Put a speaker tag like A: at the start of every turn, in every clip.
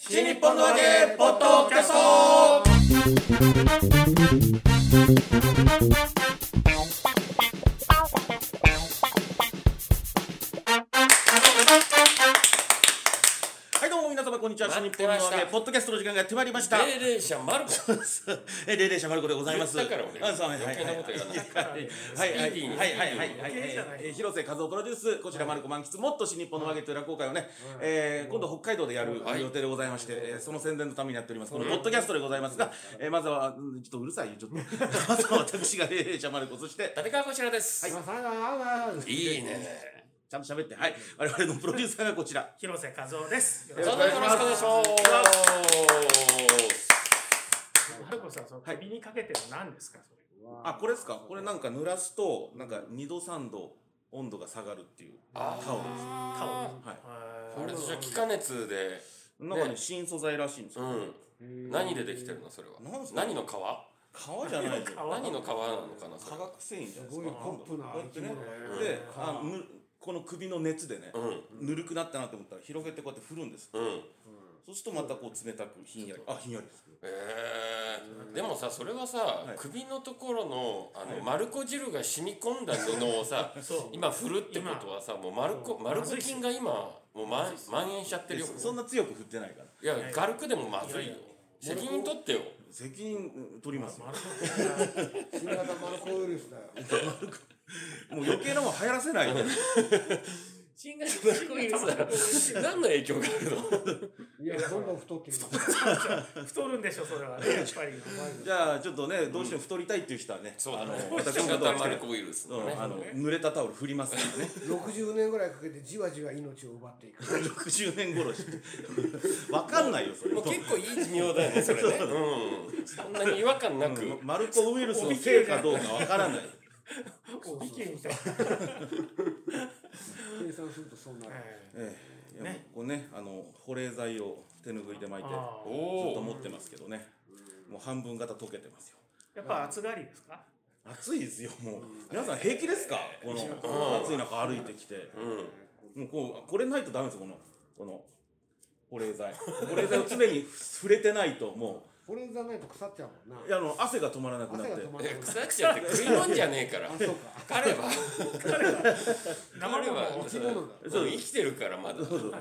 A: 新日本のわけポッドキャストはいどうも皆様こんにちは新
B: 待っ
A: 日
B: て
A: 本の
B: ま
A: わ
B: した
A: けポッドキャストの時間がやってまいりました
B: 霊霊者マルコ
A: え霊霊者まる子でございます
B: 言ったから俺
A: あそうはいはい
B: 余計なこと言わない
A: はいはいはいはいはいはいはいえー広瀬和夫プロデュースこちらまる子満喫もっと新日本のわけという落語会をねえー今度北海道でやる
B: はい
A: 予定でございましてえーその宣伝のためにやっておりますこのポッドキャストでございますがえーまずはうんちょっとうるさいよち ょっとまずは私が霊霊者まる子そして
B: 立川こちらです、
C: まあまあまあまあ
B: い、いね
A: ちゃんと喋ってはい我々のプロデューサーがこちら
D: 広瀬和夫です。よ
A: ろ
B: ど
A: し
B: う
A: くお
B: ぞ
A: 願いし
B: よろ
A: ま
B: し
A: す
B: くお願いします
D: マルコさん、その首にかけてるの何ですか、それ。
A: あこれですかこれなんか濡らすとなんか2度3度温度が下がるっていうタ
B: あー
A: オルですはい
B: あれ
D: タオル。
B: でしょ気化熱で
A: なんかね
B: ね
A: 新素材らしいんです
B: う
A: よ
B: ん何でできてるのそれは
A: なんすか
B: 何の皮
A: 革じゃないですよ
B: 何の皮なのかなそ
A: 化
B: れ
A: 学繊維じゃないですす
C: ごい
A: か
C: ポップな
A: こうやってね
C: 生き物
B: だね
A: であぬこの首の熱でね
B: うん
A: ぬるくなったなと思ったら広げてこうやって振るんです
B: うん
A: そうするとまたこう冷たくひんやりあひんやりです
B: えー、でもさそれはさ、
A: い
B: 首のところのあの、丸子汁が染み込んだ布 をさ
D: そう
B: 今振るってことはさもう丸子丸子菌が今もうまん蔓延しちゃってるよ
A: でそんな強く振ってないから
B: いや軽くでもまずいよ責任取ってよ
A: 責任取りますよ
D: マルコ
C: 新型マルコウイルスだよ。
A: もう余計なもん流行らせ ないで
B: 新型マルコウイルス だろ何の影響があるの
C: いや、どんどん太っていく。
D: 太るんでしょ、それはね、やっぱり。
A: じゃあちょっとねどうしても太りたいっていう人はね
B: そうだ
A: あの
B: ね
A: 私
B: 新
A: のこと
B: 型
A: は
B: マルコウイルスのね
A: うんあの濡れたタオル振ります からね
C: 60年ぐらいかけてじわじわ命を奪っていく。
A: 60年頃してわかんないよそれ
B: もう結構いい寿命だよねそれねうんそんなに違和感なく、
A: うんマルコウイルスのせいかどうかわからない
D: おびきみたい
C: 計算するとそんな
D: な。
C: る。
D: え
A: ええ、いや
D: ね
A: こうねあの保冷剤を手拭いで巻い
D: え
A: て
D: あ
B: お
D: ー
A: ずっと
B: お
A: 持ってますけどねもう半分型溶けてますよ
D: やっぱ暑がりですか。
A: 暑いですよもう皆さん平気ですかこの暑い中歩いてきてもうこうこれないとダメですよこのこの保冷剤保冷剤を常に触れてないとも
C: これじゃないと腐っちゃうもん
A: うい
C: な。
A: やあの汗が止まらなくなっ
C: 汗
A: て
C: が止まらない。
B: 腐っちゃって食いもんじゃねえから
C: あ、そうか。
B: 彼は
D: 生ものを
C: 生き物だ。
B: そう生きてるからまだ
A: そうそう
B: うん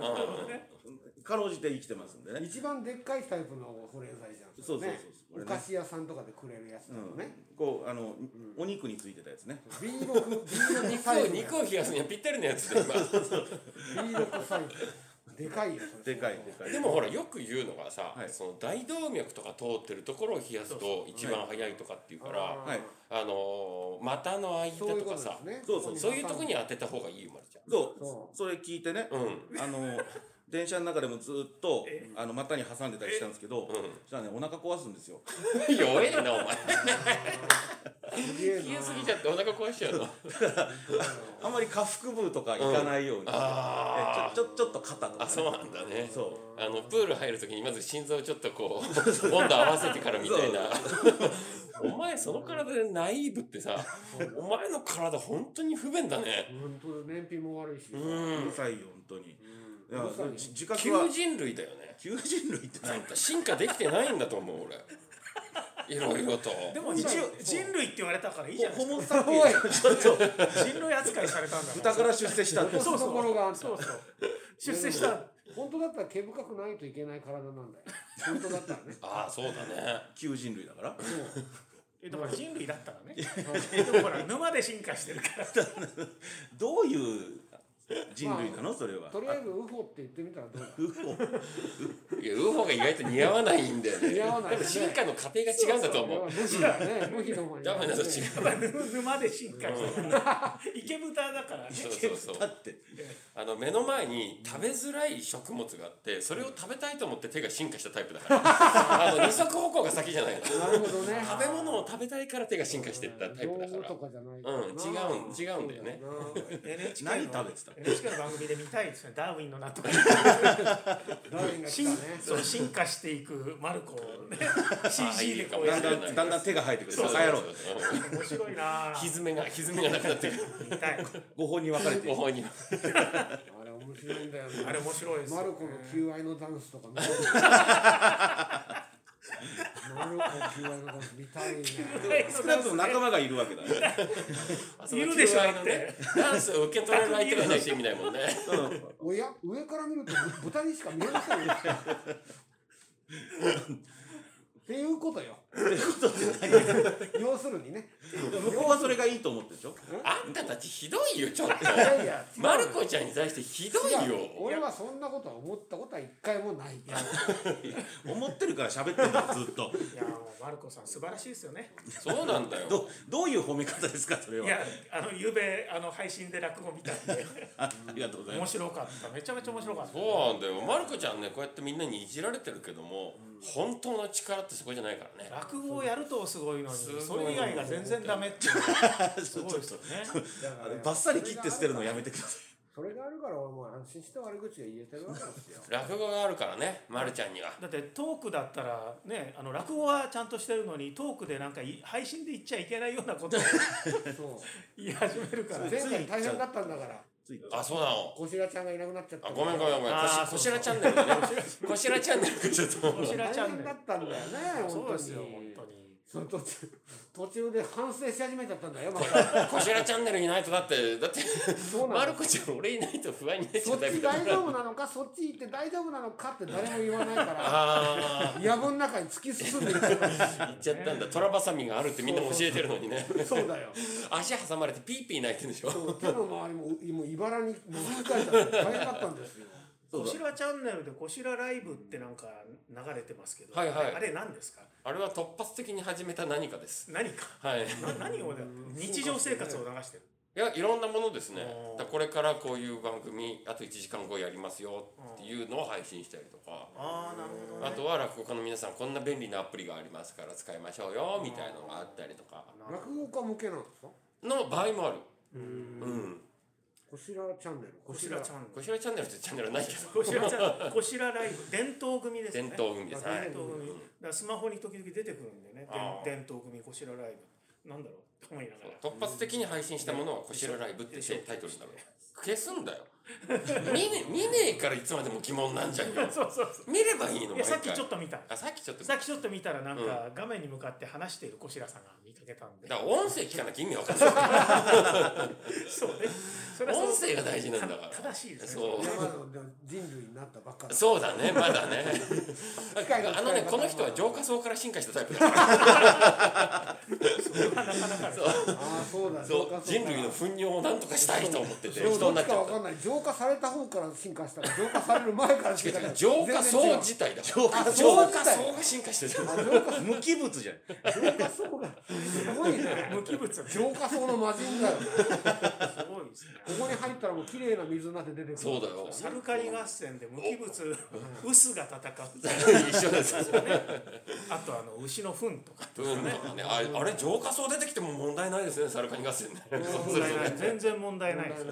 A: かろうじて生きてますんでね
C: 一番でっかいタイプの保冷剤じゃん。
A: そうそうそう
C: ね
A: これ
C: お
A: ね
C: 菓子屋さんとかでくれる やつだもんね。
A: こうあのお肉についてたやつね
C: B6、B6
B: 肉
C: サイ
B: を
C: ズ。
B: 肉を冷やすにはぴったりのやつで今
C: B6 サイズ。でかいよ。それ
A: でかいでかい
B: でもほらよく言うのがさ、
A: はい
B: その大動脈とか通ってるところを冷やすと一番早いとかっていうから、
C: あー
A: はい
B: あのー股の間
C: そういう
B: と
C: こ
B: か
C: とで
B: さ
C: すね。
A: そうそう
B: そういうとこに
C: あ
B: 当てた方がいいよまるちゃ
A: そう
C: そ
A: それ聞いてね
B: んうん
A: あの電車の中でもずっと
D: え
A: あの股に挟んでたりしたんですけど、
B: うん
A: じゃあねお腹壊すんですよ。
B: 弱えなお前
C: すげえな
B: 冷えすぎちゃってお腹壊しちゃうの
A: あんまり下腹部とか行かないように、 え
B: あー
A: ちょちょちょっと肩とか、
B: あそうなんだね
A: そ
B: あのプール入るときにまず心臓をちょっとこう温度合わせてからみたいな お前その体でナイーブってさお前の体本当に不便だね
C: 本当だ燃費も悪いし。
B: う
A: う。うんるさいよ本当に。いや
C: うるさいよ
A: じ自覚は
B: 求人類だよね
A: 求人類って
B: な
A: 何
B: んか進化できてないんだと思う俺いろいろと
D: でも、一応、人類って言われたから、いいじゃない
A: ホ
D: で
A: モサピエン
C: おい
A: スちょっと
D: すか。人類扱いされたんだ
A: 豚
D: か。
A: からら出世したんです
C: そうところがあん た
D: そうそう。出世した。
C: 本当だったら毛深くないといけない体なんだよ。本当だったら ね。
B: ああそうだね
A: 求人類だから。
D: え、だから、人類だった らね。でも、ほら、沼で進化してるから。
A: どういう人類なのそれは。
C: とりあえずウホって言ってみたらどうだ。
B: いや UFO が意外と似合わないんだよね
C: 似合わない
B: 多分進化の過程が違うんだと思う
C: 無視だね。無視の方に。
B: ダメだと違う
D: 沼で進化してる。池豚だからね。
B: そうそうそう
A: だって
B: あの目の前に食べづらい食物があってそれを食べたいと思って手が進化したタイプだからあの二足歩行が先じゃないの食
C: なるほどね。
B: べ物を食べたいから手が進化してったタイプだ
C: 道具
B: から
C: とかじゃない
B: うん違うん違うんだよね。
A: 何食べてたの
D: NHK の番組で見たいですねダーウィンのなんとか
C: ダメが来
D: 進
C: たね。
D: そう進化していくマルコを ね CG でこう
A: だ
D: や
A: ん
D: る
A: だんだんだん手が生えてくる。
B: そう
A: バカ野郎。
D: 面白いなぁ
B: ひずめがひずめがなくなってくる
D: 見たい
A: 五本に分かれてい
B: ご
A: る。
B: 本人
C: あれ面白い。白いんだよね
D: あれ面白いですよ
C: マ
D: ね
C: ルコの求愛のダンスとか見 たいマルコ求愛のダンス見たいね
A: 少なくとも仲間がいるわけだね。
B: あそ
D: いるでしょ
B: 求愛のねダンスを受け取れる相手がいないと意味ないもんね
C: おや上から見ると豚にしか見えませんよっていうことよ要するにね
A: 向こうはそれがいいと思ってるでしょ。
B: あんたたちひどいよちょっと
C: いやいや
B: マルコちゃんに対してひどいよ
C: 俺はそんなことは思ったことは一回もない
A: 思ってるから喋ってるんだよずっと。
D: いやもうマルコさん素晴らしいですよね
B: そうなんだよ
A: どどういう褒め方ですかそれは。
D: いやあの昨べあの配信で落語見たんで
A: あありがとうござい
D: 面
A: ます。
D: 白かっためちゃめちゃ面白かった
B: そうなんだよマルコちゃんねこうやってみんなにいじられてるけども、本当の力ってそこじゃないからね
D: 落語をやるとすごいのに
B: すごい
D: それ以外が全然ダメっていうの がすごいですよね
A: あのバッサリ切って捨てるのやめ
C: て
A: てくださ
C: それがあるから俺もう安心して悪口が言えてるわけです よ
B: 落語があるからねマルちゃんには
D: だってトークだったらねあの落語はちゃんとしてるのにトークでなんかい配信で言っちゃいけないようなことを
C: そう
D: 言い始めるから
C: 前回大変だったんだから
A: い。つい
B: あそうなの
C: こしらちゃんがいなくなっちゃった
B: あごめんごめんごめんこ
D: あー
B: しこしらチャンネルでね こしらチャンネルでちょっと
D: こしら
C: 大
D: チャン
C: 変
D: ネ
C: だっ
D: ル
C: たんだよね本
D: そう
C: 当
D: で
C: に
D: すよ本当に
C: その途中途中で反省し始めちゃったんだよまた
B: こしらチャンネルいないとだってだって
C: そう
B: マ
C: な
B: ル
C: の
B: コちゃん俺いないと不安になっち
C: そ
B: ゃう
C: っ
B: タイプ
C: ち
B: だか
C: 大丈
B: ら
C: 夫なのかそっち行って大丈夫なのかって誰も言わないか
B: あ
C: ら藪の中に突き進んでいく
B: あ行っちゃったんだトラバサミがあるってみんな教えてるのにね
C: そうだよ
B: 足挟まれてピーピー泣いてるんでしょ
C: そう手の周りも今茨に覗かれたんで大変だったんですよ
A: そ
D: こ
A: うだ
D: しらチャンネルでこしらライブってなんか流れてますけど、
B: はいはい
D: あれ何ですか
B: あれは突発的に始めた何かです
D: 何か
B: はい
D: な何をだ日常生活を流してる
B: いやいろんなものですね
D: お
B: だ
D: ー
B: からこれからこういう番組あと1時間後やりますよっていうのを配信したりとか
D: ああなるほど、ね、
B: あとは落語家の皆さんこんな便利なアプリがありますから使いましょうよみたいなのがあったりとか
C: 落語家向けなんですか
B: の場合もある
D: うん
B: うん
C: こしらチャンネル
D: こしらチャンネ
B: こちらチャンネルってチャンネルないけど
D: ルこしらチャンこしらライブ伝統組です
B: 伝
D: ね
B: 統組ですは
D: 伝
B: い
D: 統組だからスマホに時々出てくるんでね
B: あー
D: 伝伝統組こしらライブなんだろうと思いながら
B: 突発的に配信したものは「こしらライブ」ってタイトルになる消すんだよ見ね見ねえからいつまでも疑問なんじゃんよ
D: そうそうそ
B: 見ればいいの
D: ういやさっきちょ
B: っ
D: っと見た
B: とあさっきちょっと
D: さっきちょっと見たらなんか画面に向かって話しているこしらさんが見かけたんで
B: だから音声聞かなきゃ意味わかんない
D: そうねそれはそう
B: 音声が大事なんだから
D: 正しいですね
B: そう
C: 今のでも人類になったばっかだ
B: そうだねまだね
C: 械の使い方
B: あのねこの人は浄化層から進化したタイプだから
D: なかなかですね
C: ああそうだ
B: そ
C: 浄化
B: う
C: 層から
B: 人類の糞尿をなんとかしたいと思ってて
C: でも
B: 人
C: ど
B: にな
C: っ
B: っ
C: ち
B: ち
C: か
B: ゃ
C: わ
B: っ
C: かんない浄化された方から進化したか浄化される前から進化した
B: た
C: か
B: 浄化層
C: 全然違う
B: 自体だ
A: 浄化
C: あ
B: 浄
C: そう
B: 化
C: 自体
B: 層が進化してる
C: あ浄化
A: 無機物じゃん。
C: 浄化層がすごいね
D: 無機物すごいですね
C: 浄化層の魔人だよここに入ったらもう綺麗な水なんて出てくる
B: そうだよ
D: サルカリ合戦で無機物ウスが戦って
B: 一緒です
D: あとあの牛の糞とか
B: うんとかねあれあれ浄化層出てきても問題ないですねサルカニ合戦ねそうす
D: 問
B: ると
D: 題ない
B: ね
D: 全然問題ないです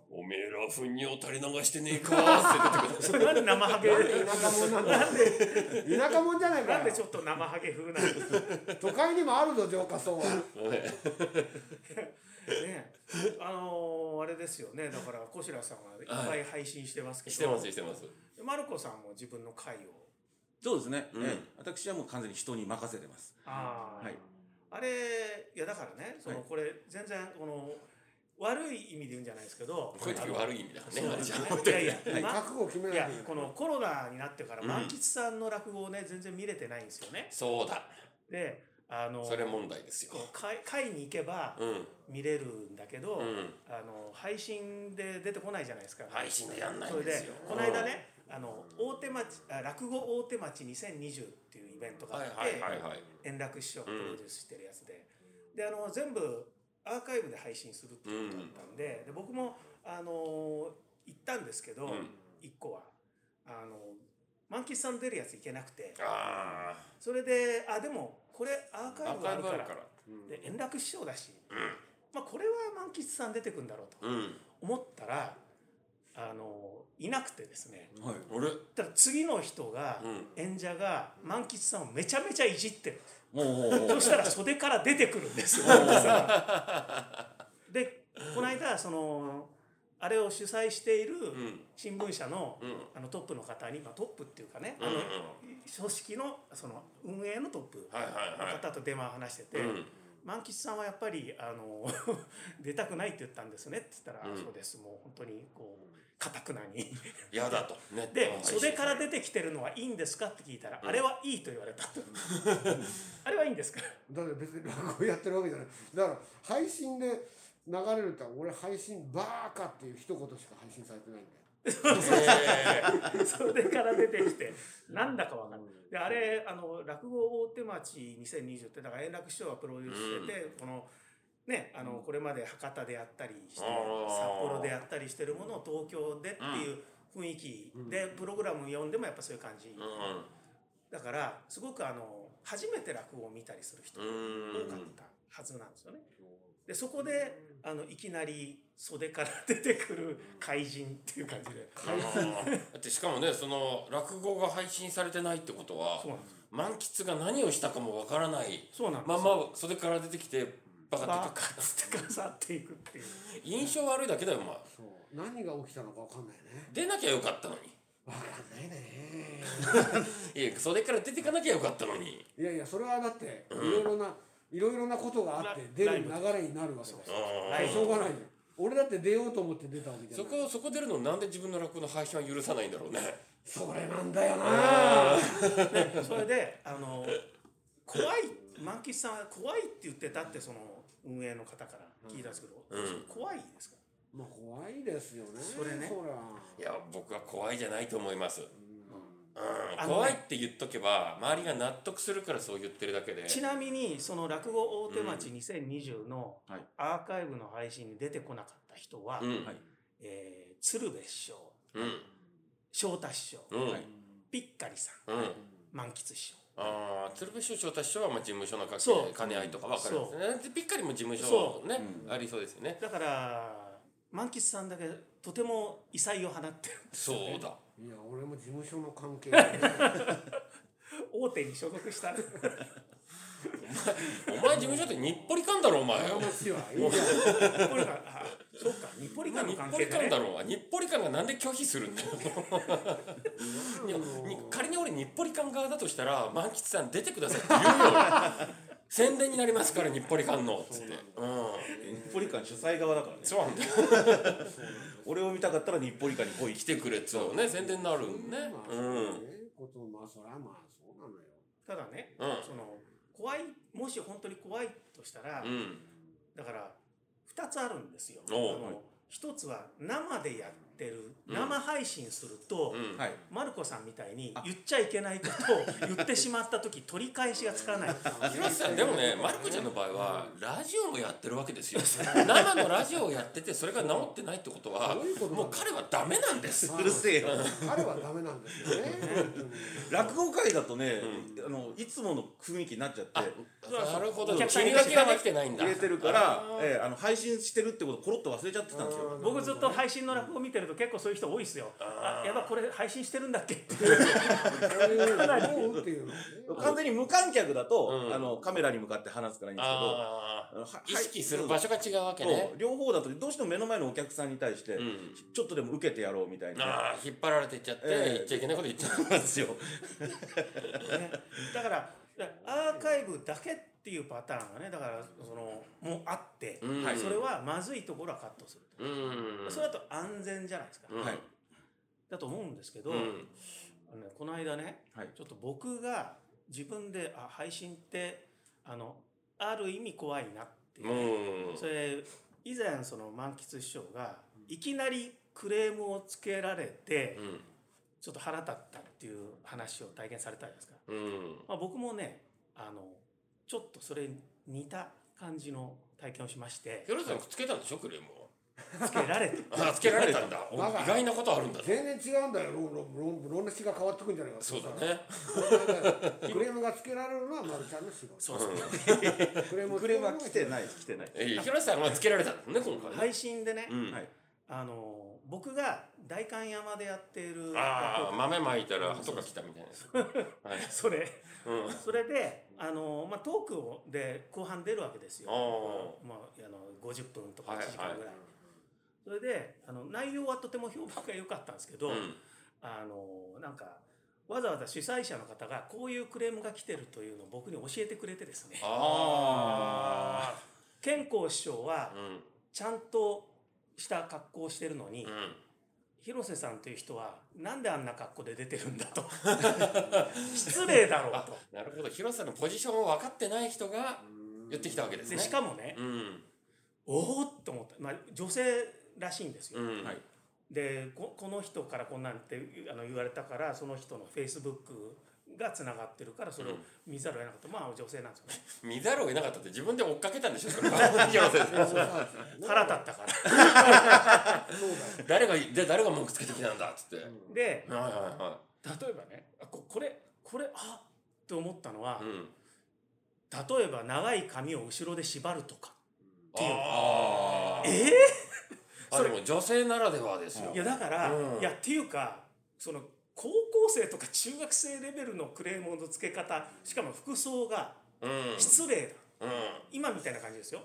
B: おめえら糞尿垂れ流してねえかーって出てくる
D: それなんで生ハゲ
C: 田舎者なんだ田舎者じゃないか
D: なんで
C: よ
D: ちょっと生ハゲ風なんですか
C: 都会にもあるぞ浄化層は
D: ねあのーあれですよねだから小白さんはいっぱい配信してますけど
B: してますしてます
D: マルコさんも自分の回を
A: そうですね。
B: うん
A: ええ私はもう完全に人に任せてます。
D: あー
A: はい
D: あれいやだからねその
A: はい
D: これ全然この悪い意味で言うんじゃないですけど
B: こういう時悪い意味だからねあれじゃ ん
D: いやいや、ま
C: 覚悟を決めないい
D: や
C: といけ
D: こ
C: ない
D: のコロナになってから
B: うん
D: 満吉さんの落語をね全然見れてないんですよね。
B: そうだ
D: であの
B: それ問題ですよ
D: こう会会に行けば
B: うん
D: 見れるんだけど、
B: うん
D: あの配信で出てこないじゃないですか。
B: 配信でやんない
D: そ
B: ん
D: れ
B: です
D: で
B: よ
D: この間ね、あの大手町あ落語大手町2020っていうイベント
B: うん
D: があ
B: はい
D: って、
B: はいはいはい
D: 円楽師匠がプロデュースしてるやつで、であの全部アーカイブで配信するっていうことだったんで,、で僕も、あのー行ったんですけど、
B: うん
D: 一個はあの満喫さん出るやつ行けなくて
B: あ
D: それであでもこれアー
B: あア
D: カイ
B: ー
D: ブが
B: カ
D: あ
B: イ
D: る
B: ブ
D: か
B: あ
D: ら
B: るから
D: で円楽師匠だし、まあ、これは満喫さん出てくんだろうと
B: うん
D: 思ったら、あのーいなくてですね
A: はい。
B: 俺うん
D: だから次の人が、演者が満喫さんをめちゃめちゃいじってる
A: もうもうもう
D: そしたら袖から 出てくるんですよ。でこの間そのあれを主催している
B: ん
D: 新聞社の,、
B: うん
D: あのトップの方に、まあ、トップっていうかね、
B: うんうん
D: あの組織のその運営のトップ
B: はいはいは
D: の
B: い
D: 方と電話を話してて、
B: うん
D: 万吉さんはやっぱりあの 出たくないって言ったんですねって言ったら、
B: うん
D: そうですもう本当にこうかたくなに
B: 嫌だとネット
D: で
B: 配信
D: 袖から出てきてるのはいいんですかって聞いたら、
B: うん
D: あれはいいと言われた あれはいいんですか
C: だって別に落語やってるわけじゃないだから配信で流れるって俺配信バーカっていう一言しか配信されてないんだよ
B: え
D: 袖から出てきてなんだかわかんないであれあの落語大手町2020ってだから円楽師匠がプロデュースしてて、このねあの、これまで博多でやったりして
B: あー
D: 札幌でやったりしてるものを東京でっていう雰囲気で、プログラム読んでもやっぱそういう感じ、
B: ーうん
D: だからすごくあの初めて落語を見たりする人
B: う
D: が
B: ん
D: 多かったはずなんですよね。でそこであのいきなり袖から出てくる怪人っていう感じで。
B: あーだってしかもねその落語が配信されてないってことは
D: そうなんです。
B: 満喫が何をしたかもわからない
D: そうなんです。
B: まんま袖から出てきてバカって
D: バ
B: とか
D: カっ つってかさっていくっていう。
B: 印象悪いだけだよお前
C: そう何が起きたのかわかんないね
B: 出なきゃよかったのに
C: わかんないね
B: いや袖から出てかなきゃよかったのに
C: いやいやそれはだっていろいろないろいろなことがあって出る流れになるわけだ
B: う
C: か
B: ん
D: ライブ
C: らしょうがないよ俺だって出ようと思って出たわけじゃ
B: そ
C: ない
B: こそこ出るのになんで自分の落語の配信は許さないんだろうね
C: それなんだよな
D: ねそれであの怖い満吉さんは怖いって言ってたってその運営の方から聞いたんですけど、
B: うん
D: 怖いですか。
C: まあ怖いですよね
D: それね
C: そら
B: いや僕は怖いじゃないと思います、うん
D: あのね
B: 怖いって言っとけば周りが納得するからそう言ってるだけで
D: ちなみにその落語大手町2020の
A: うんはい
D: アーカイブの配信に出てこなかった人は、
B: うん
A: はい
D: えー鶴瓶師匠
B: うん
D: 昇太師匠
B: うん、
A: はい
D: ピッカリさん
B: うん
D: 満喫師匠
B: ああ鶴瓶師匠昇太師匠はまあ事務所の関
D: そう
B: 係金合いとか分かるんですねでピッカリも事務所
D: そ
B: ね
A: うん
B: ありそうですよね
D: だから満喫さんだけとても異彩を放ってるんですよ
B: そ
D: ね
B: うだ
C: いや俺も事務所の関係い
D: 大手に所属した
B: お前事務所って日暮里館だろお前
C: や
B: よ
C: もしはいいじゃ
D: 日
C: ん
D: 暮里館あそうか日暮里
B: 今
D: 館
B: 日暮
D: の関
B: 里
D: 係
B: 館
D: で
B: だ
D: ね
B: ろうが日暮里館がなんで拒否するんだよいやに仮に俺日暮里館側だとしたら満喫さん出てくださいって言うよ 宣伝になりますから日暮里館のっつってうん
A: 日暮里館主催側だからね
B: そうなんだよ
A: 俺を見たかったら日暮里館に来い
B: 来てくれっつうのね宣伝になるんね
C: まあ
B: う
C: そ
B: ん
C: うねことまあそらまあそうなのよ
D: ただね
B: うん
D: その怖いもし本当に怖いとしたら
B: うん
D: だから2つあるんですよあ
B: おう
D: の一つは生でやってる
B: うん
D: 生配信すると
B: うん
A: はい
D: マルコさんみたいに言っちゃいけないことを言ってしまった時取り返しがつかない
B: 広瀬さんでもねマルコちゃんの場合はラジオもやってるわけですよ生のラジオをやっててそれが治ってないってことは
C: どういうことな
B: も
C: の
B: う彼はダメなんです
A: うるせえよ
C: 彼はダメなんですよね本当に
A: 落語会だとね、あのいつもの雰囲気になっちゃって
B: なるほど
D: お客さん
B: 君
D: に
B: だけができてないんだ
A: 入れてるからええあの配信してるってことをコロッと忘れちゃってたんですよ
D: 僕ずっと配信の落語見てると結構そういう人多いですよあやばいこれ配信してるんだっけって
C: そういうっていうのね
A: 完全に無観客だと、
B: うん
A: あのカメラに向かって話すからいいんですけど
B: ああ
A: あのは
B: 意識する場所が違うわけ
A: そう
B: ね
A: そう両方だとどうしても目の前のお客さんに対して、
B: ん
A: ちょっとでも受けてやろうみたいな
B: ああ引っ張られていっちゃって
A: ええ
B: 言っちゃいけないこと言っちゃう
A: なんですよ
D: ね、だからアーカイブだけっていうパターンがねだからそのもうあって、
B: うん
D: はいそれはまずいところはカットする、
B: うん
D: それだと安全じゃないですか、
B: うん
A: はい
D: だと思うんですけど、
B: うん
D: あのねこの間ね
A: はい
D: ちょっと僕が自分であ配信ってあのある意味怖いなっていう
B: う、ん
D: それ以前その満喫師匠がいきなりクレームをつけられて
B: うん
D: ちょっと腹立ったっていう話を体験されたじゃないですか。
B: うん
D: まあ、僕もねあのちょっとそれに似た感じの体験をしまして
B: ヒロさんつけたんでしょクレームを
D: つけられて
B: あつけられたんだお
C: バカ
B: 意外なことあるんだね
C: 全然違うんだよ論論論の詩が変わってくんじゃないか
B: そうだね
C: クレームがつけられるのは丸ちゃんの仕事
D: そうそう
C: クレーム
A: クレームは来てないい来てない、
B: ええヒロさんはつけられたんだね今回ね
D: 配信でね、
B: うん
A: はい
D: あの僕が代官山でやっている
B: ああ
D: 落語
B: 豆まいたら鳩が来たみたいなはい
D: それ
B: うん
D: それであの、まあ、トークをで後半出るわけですよ、
B: あ
D: まあ、あの50分とか1時
B: はい
D: 間
B: はい
D: ぐらい。それであの内容はとても評判が良かったんですけど、
B: うん
D: あのなんかわざわざ主催者の方がこういうクレームが来てるというのを僕に教えてくれてですね
B: あ
D: 健康師匠
B: あ
D: は
B: うん
D: ちゃんとした格好をしてるのに、
B: うん
D: 広瀬さんという人はなんであんな格好で出てるんだと 失礼だろうと。
B: なるほど広瀬のポジションを分かってない人が言ってきたわけです
D: で
B: ね
D: しかもね、
B: うん
D: おおっと思った、まあ、女性らしいんですよ。
B: うん
A: はい
D: でここの人からこんなんってあの言われたからその人のフェイスブックがつながってるからそれを見ざるを得なかった、まあ女性なんですよね
B: 見ざるを得なかったって自分で追っかけたんでし ょそれは広瀬さん
D: 腹立ったから
C: そうだよ
B: 誰がで誰が文句つけてきたんだっつって、はい
D: で
B: はいは
D: 例えばねあここれこれあっと思ったのは、
B: いうん
D: 例えば長い髪を後ろで縛るとか
B: あー
D: え
B: あでも女性ならではですよ
D: いやだから、
B: うん
D: いやっていうかその高校生とか中学生レベルのクレームの付け方しかも服装が
B: うん
D: 失礼だ、
B: うん
D: 今みたいな感じですよ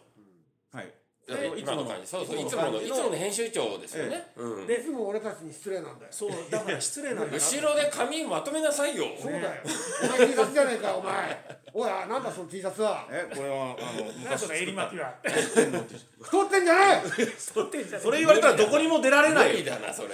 A: はい
B: いや
A: え
B: 今の感じそうそうい
A: い
B: つ
A: つ
B: も
A: も
B: の
A: の
B: いつもの編集長ですよね、うん
D: で
C: いつも俺たちに失礼なんだよ
D: そうだから失礼なんだな
B: 後ろで髪まとめなさいよ
C: そうだよお前 T シャツじゃねえかお前おいなんだその T シャツは
A: えこれはあ の
D: なんかその襟巻きは
C: 太ってんじゃねえ
D: 太ってんじゃねえ
A: それ言われたらどこにも出られな
B: 無理
A: い
B: だなそれ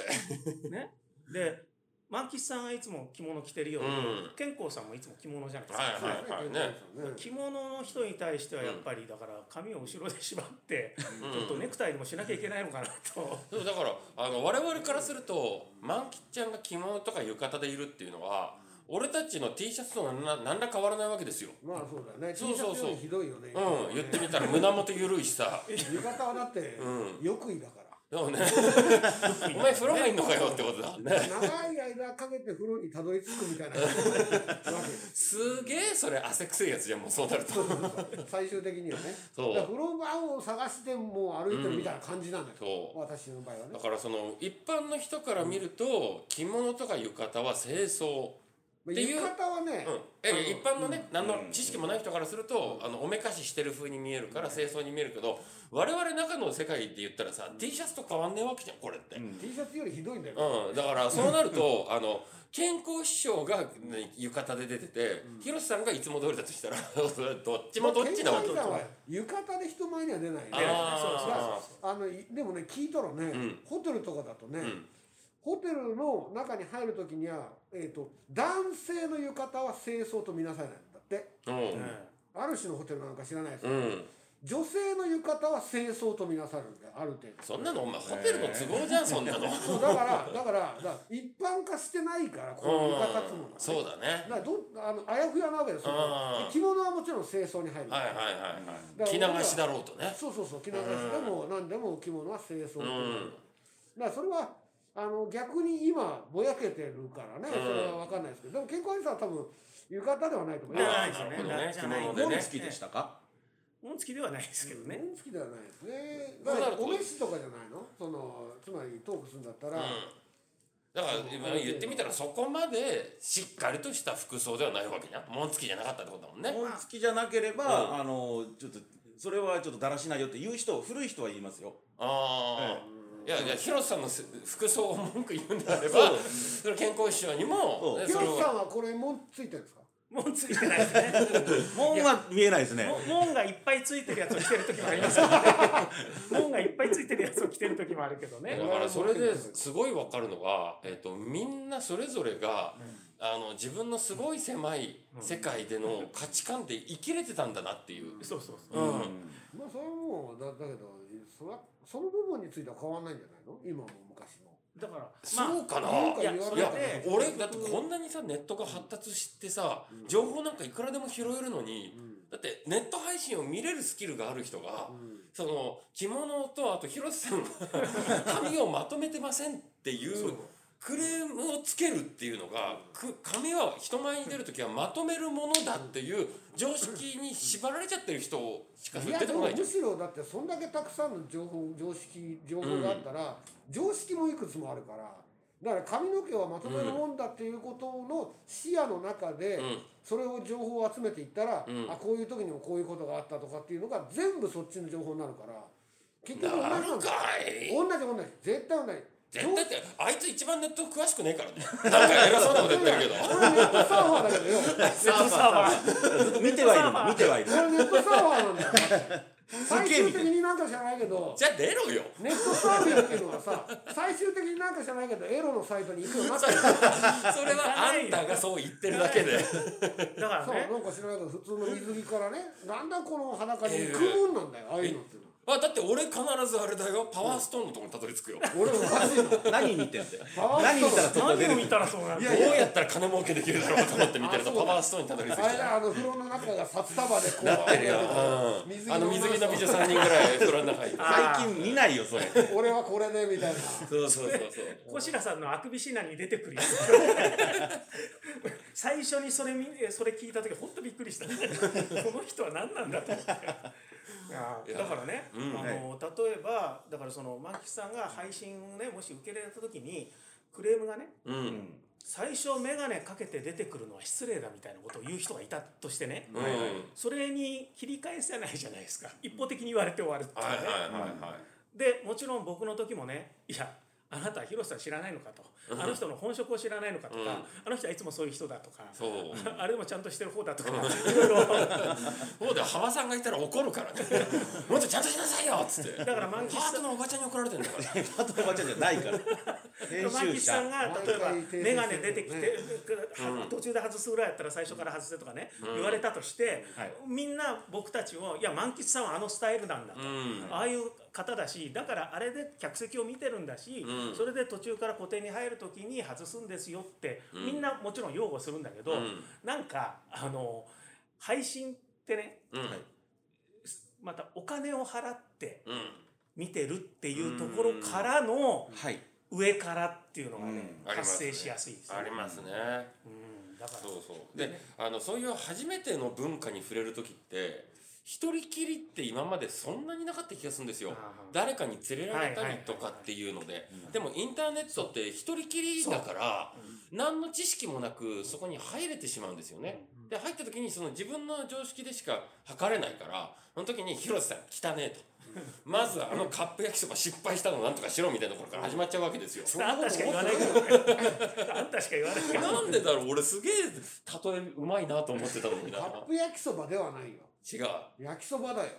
D: ねで万吉さんはいつも着物着てるように、
B: うん
D: 健康さんもいつも着物じゃないですか、
B: はいはいはいね、
D: 着物の人に対してはやっぱりだから髪を後ろで縛って、
B: うん
D: ちょっとネクタイでもしなきゃいけないのかなと、
B: でもだからあの我々からすると万吉ちゃんが着物とか浴衣でいるっていうのは俺たちの T シャツと何ら何ら変わらないわけですよ。
C: まあそうだよね T
B: そう
C: シ
B: そ
C: ャ
B: う
C: ツ
B: そう
C: よりひどいよね
B: うん、言ってみたら胸元緩いしさ。
C: 浴衣はだって
B: う
C: 欲意だから
B: でもね、 お前風呂入んのかよってことだ。ね、
C: 長い間かけて風呂にたどり着くみたいなわけ
B: すげえそれ汗くせえやつじゃんもうそうなると。
C: 最終的にはね
B: そう
C: だから風呂場を探してもう歩いてるみたいな感じなんだよ、
B: そう
C: 私の場合はね
B: だからその一般の人から見ると着物とか浴衣は清掃。
C: まあ
B: っていう
C: 浴衣はね
B: うん、え一般のね、何の
A: うん
B: 知識もない人からすると、あのおめかししてる風に見えるから清掃に見えるけど我々中の世界で言ったらさ、T シャツと変わんねえわけじゃんこれって、うん
C: T シャツよりひどいんだよ、
B: だからそうなると あの健康師匠が、ね浴衣で出てて、広瀬さんがいつも通りだとしたら それはどっちもどっちなわけ
C: 健康さんは浴衣で人前には出ないね
B: あー
C: あのいでもね聞いたらね、
B: ん
C: ホテルとかだとね、
B: ん
C: ホテルの中に入る時には、えー、と男性の浴衣は清掃と見なされないんだって
B: うん
C: ある種のホテルなんか知らないです、
B: うん、
C: 女性の浴衣は清掃と見なされるんだよある程度
B: そんなのお前ホテルの都合じゃんそんなの
C: そうだからだからだから一般化してないからこの浴衣つ
B: うんそう
C: もの
B: だね
C: だからどあのあやふやなわけですよ
B: うん
C: 着物はもちろん清掃に入る、
B: はいはい
C: だから
B: はいはい着流しだろうとね
C: そうそうそう着流しでも何でも着物は清掃とい
B: うん
C: うだからそれはあの逆に今ぼやけてるから
B: う
C: ね、
B: ん
C: それは分かんないですけどでも健康兄さんは多分浴衣ではないと思い
D: じゃ
C: ま
D: な
B: あ
D: いですよね
B: なるほどね
D: じ
B: 着物
D: ゃない
A: ど
B: で
A: う
B: ね
A: 好きでしたか
D: 紋付きではないですけど
C: すね
D: ね、
C: 好きではないですね
B: そ
C: だ
B: うなる
C: から
B: と
C: お飯とかじゃないのそのつまりトークするんだったら、
B: だから今言ってみたらそこまでしっかりとした服装ではないわけじゃん紋付きじゃなかったってことだもんね
A: 本好きじゃなければ、あのちょっとそれはちょっとだらしないよって言う人古い人は言いますよ
B: ああ、いやいや広瀬さんのせ服装を文句言うんであれば
A: そう
B: それ健康師匠にも
A: そう
B: ね
C: ヒ
B: それ
C: ロシさ
B: を
C: んはこれもついてるんですか
D: 紋付いてないですね
A: 門は見えないですね
D: も門がいっぱいついてるやつを着てる時もあります よね門がいっぱいついてるやつを着てる時もあるけどね
B: だからそれですごい分かるのは、えっとみんなそれぞれが、あの自分のすごい狭い世界での価値観で生きれてたんだなっていう。
D: そうそうそう
B: うん
C: まあそれはもうだだけどそらその部分については変わんないんじゃないの今も昔も
D: だからま
B: そうかな、
C: なんか
D: いや
C: 言わ
D: そ
B: い
D: れ
B: や
D: で
B: 俺だってこんなにさネットが発達してさ情報なんかいくらでも拾えるのにだってネット配信を見れるスキルがある人がその着物とあと広瀬さん が髪をまとめてませんっていうクレームをつけるっていうのがく髪は人前に出る時はまとめるものだっていう常識に縛られちゃってる人しか
C: い
B: 出
C: や
B: て
C: で
B: こ
C: も
B: ないじゃ
C: む
B: ん。
C: しろだってそんだけたくさんの情報常識情報があったら、常識もいくつもあるからだから髪の毛はまとめるもんだっていうことの視野の中で、
B: うん
C: それを情報を集めていったら、
B: うん
C: あこういう時にもこういうことがあったとかっていうのが全部そっちの情報になるから結局同じ
B: な
C: なん
B: る
C: です
B: かい
C: 同じ同じ絶対同じ
B: 絶対ってあいつ一番ネット詳しくねえからねなんか偉そうなこと言ってるけど
C: 俺ネットサーファーだけど
D: ネ
C: よ
D: ットサーバー
A: ずっと見てはいるの見てはいる
C: 俺ネットサーファーなんだよ最
A: すげえ見
C: 終的
A: て
C: になんか知らないけど
B: じゃあ出ろよ
C: ネットサーフィンっていうのはさ最終的になんか知らないけどエロのサイトに行くようになったよ
B: それはあんたがそう言ってるだけで
D: だから
C: そう
D: ね
C: なんか知らないけど普通の水着からねなんだこの裸に行くもんなんだよああいうのっていうのは
B: あだって俺必ずあれだよパワーストーンのとこにたどり着くよど
C: 俺おかしいの
A: 何見てんだよ
C: パワース
A: 何
C: トーン
A: 見たらそこ出て
D: 何を
A: く
D: 見
A: る
D: たらそうなる
B: う
C: いや
B: やったら金儲けできるだろうと思って見てると
C: あそうだ
B: パワーストーンにたどり着いち
C: あれだ
B: ゃう
C: あの風呂の中が札束でこう
B: なってるよ、う
C: 水着
B: ん、
C: の
B: あの水着の美女3人ぐらい風呂の中入って
D: あ
A: 最近見ないよそれそう
C: 俺はこれでみ たいな
B: そうそうそうそう
D: 小白さんのあくびシナに出てくるやつ 最初にそれ見それ聞いた時ほんとびっくりした この人は何なんだと思って
B: いや
D: だからね、
B: うん
D: あの例えばだからその万吉さんが配信をねもし受けられた時にクレームがね
B: うんうん
D: 最初眼鏡かけて出てくるのは失礼だみたいなことを言う人がいたとしてね、
B: はいはい
D: それに切り返せないじゃないですか一方的に言われて終わるっていうね、
B: はいはい
D: でもちろん僕の時もねいやあなたは広瀬さん知らないのかとあの人の本職を知らないのかとか、
B: うん
D: あの人はいつもそういう人だとか
B: そう
D: あれでもちゃんとしてる方だとかいろいろ
B: そうだよ浜さんがいたら怒 るからねもっとちゃんとしなさいよっつって
D: だから満
B: パ
D: 喫さ
B: ート
D: ん
B: のおばちゃんに怒られてるんだから
A: パートのおばちゃんじゃないから編
D: 満喫
A: 集
D: さん
A: 者
D: が例えば
C: 毎回訂正する
D: 眼鏡出てきて、
B: うん
D: は途中で外すぐらいやったら最初から外せとかね、言われたとして、
A: はい
D: みんな僕たちもいや満喫さんはあのスタイルなんだと、
B: うん
D: ああいう方だしだからあれで客席を見てるんだし、
B: うん
D: それで途中から固定に入る時に外すんですよって、
B: うん
D: みんなもちろん擁護するんだけど、
B: うん
D: なんかあの配信ってね
B: うん
D: またお金を払って
B: うん
D: 見てるっていうところからの
A: はい
D: 上からっていうのがね、
A: うん
B: ありま
D: 発
B: すね
D: 生しやすいですよ
B: あ
D: ね
B: りますね
D: うんだから
B: そうそうであのそういう初めての文化に触れる時って一人きりって今までそんなになかった気がするんですよ
D: あ
B: 誰かに連れられたりとかっていうのででもインターネットって一人きりだから何の知識もなくそこに入れてしまうんですよねで入った時にその自分の常識でしか測れないからその時に「広瀬さん汚ねえ」と。まずはあのカップ焼きそば失敗したのなんとかしろみたいなところから始まっちゃうわけですよ。
D: あんたしか言わないけどねあんたしか言わないけ ど
B: なんでだろう俺すげえ例えうまいなと思ってたのにな
C: カップ焼きそばではないよ
B: 違う
C: 焼きそばだよ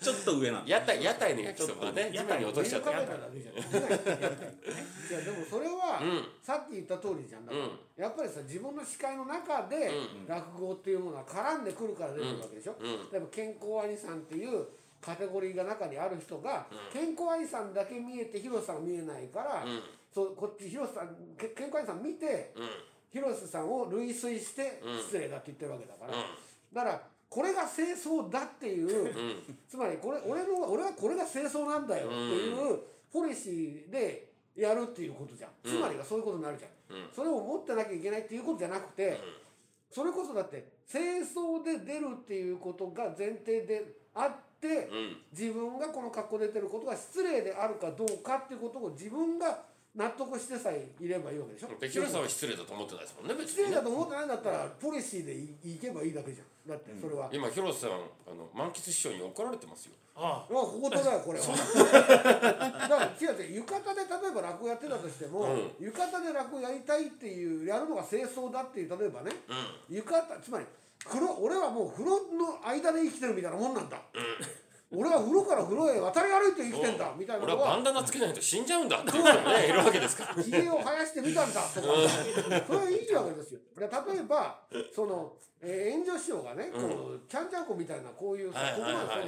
A: ちょっと上なの
B: 屋台屋台の焼きそばはね地
D: ちょっと
B: 面に落としちゃった
C: メ
B: よ
C: ールカメラだけじゃないやでもそれは、
B: うん
C: さっき言った通りじゃんだから、
B: うん
C: やっぱりさ自分の視界の中で
B: う
C: 落語っていうものは絡んでくるから出てくるわけでしょ、
B: うん
C: 例えば健康兄さんっていうカテゴリーが中にある人が、健康兄さんだけ見えて広瀬さんは見えないから、
B: うん
C: そうこっち広瀬さんけ健康兄さん見て
B: うん
C: 広瀬さんを類推して
B: うん
C: 失礼だって言ってるわけだから、
B: う
C: だからこれが清掃だっていう、
B: ん
C: つまりこれ俺の俺はこれが清掃なんだよっていうポリシーでやるっていうことじゃん、
B: うん
C: つまりがそういうことになるじゃん、
B: うん
C: それを持ってなきゃいけないっていうことじゃなくて、それこそだって清掃で出るっていうことが前提であって、
B: うん
C: 自分がこの格好で出てることが失礼であるかどうかっていうことを自分が納得してさえいればいいわけでしょ
B: うんで広さんは失礼だと思ってないですもんね別
C: 失
B: に
C: 礼
B: ね
C: だと思ってないんだったらポリシーでいいけばいいだけじゃんだってそれは、
B: 今広瀬さんあの満喫師匠に怒られてますよ
D: あ
C: まあ、こことだよこれは。だから違う違う浴衣で例えば落語やってたとしても、
B: う
C: 浴衣で落語やりたいっていうやるのが清掃だっていう例えばね
B: う
C: 浴衣つまり風呂俺はもう風呂の間で生きてるみたいなもんなんだ。俺は風呂から風呂へ渡り歩いて生きてんだみたいな
B: 俺
C: の
B: はバン
C: は
B: ダナつけないと死んじゃうんだっていう人もねいるわけですから
C: ひげを生やしてみたんだとかそれはいいわけですよ。で例えばその、えー、炎上師匠がねこうちゃんちゃんこみたいなこういうさ
B: はい
C: こ
B: は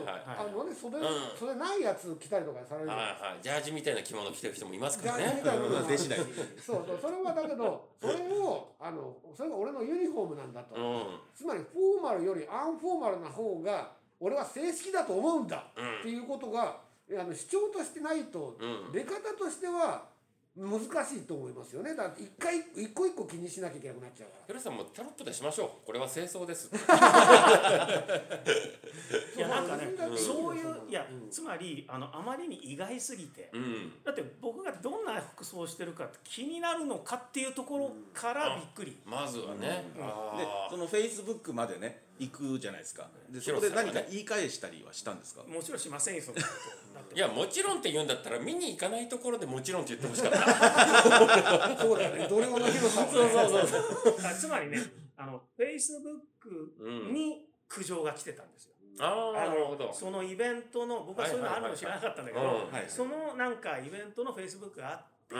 B: い
C: こ
B: はいは
C: まで
B: い
D: はい
C: そのあ
B: ん
C: のね袖袖ないやつ着たりとかされるじゃ
B: はいはい
C: ん
B: ジャージみたいな着物着てる人もいます
C: ジ
B: か
C: ャ
B: ら
C: ージ
B: ね
C: みたいなのが
A: うん弟子だよ
C: そうそうそれはだけどそれをあのそれが俺のユニフォームなんだと、
B: うんうん
C: つまりフォーマルよりアンフォーマルな方が俺は正式だと思うんだっていうことが、あの主張としてないと、
B: うん
C: 出方としては難しいと思いますよねだって一回一個一個気にしなきゃいけなくなっちゃうか
B: ヒ
C: ら
B: ロさんもタロットでしましょう。これは清掃です。
D: いやなんかね
C: うん
D: そういういや
C: うん
D: つまりあのあまりに意外すぎて
B: うん。
D: だって僕がどんな服装してるかって気になるのかっていうところからびっくり
B: まずはね。
D: うん
A: で
B: あ
A: そのフェイスブックまでね行くじゃないですかでそこ
B: 広瀬
A: で
B: さん
A: 何
B: がね
A: か言い返したりはしたんですか
D: もちろんしませんよそんなことだっ
B: ー
D: て
B: いやもちろんって言うんだったら見に行かないところでもちろんって言ってほしかった。
C: そうだよね度量の広さをね
B: そうそう。
D: あつまりねあのフェイスブック
B: うん。
D: に苦情が来てたんですよ、
B: ああ
D: あ
B: なるほど
D: の。そのイベントの僕はそういうのあるの知らなかったんだけ
B: は
D: ど、
B: いはいはい
A: うんはい
D: そのなんかイベントのフェイスブックがあって、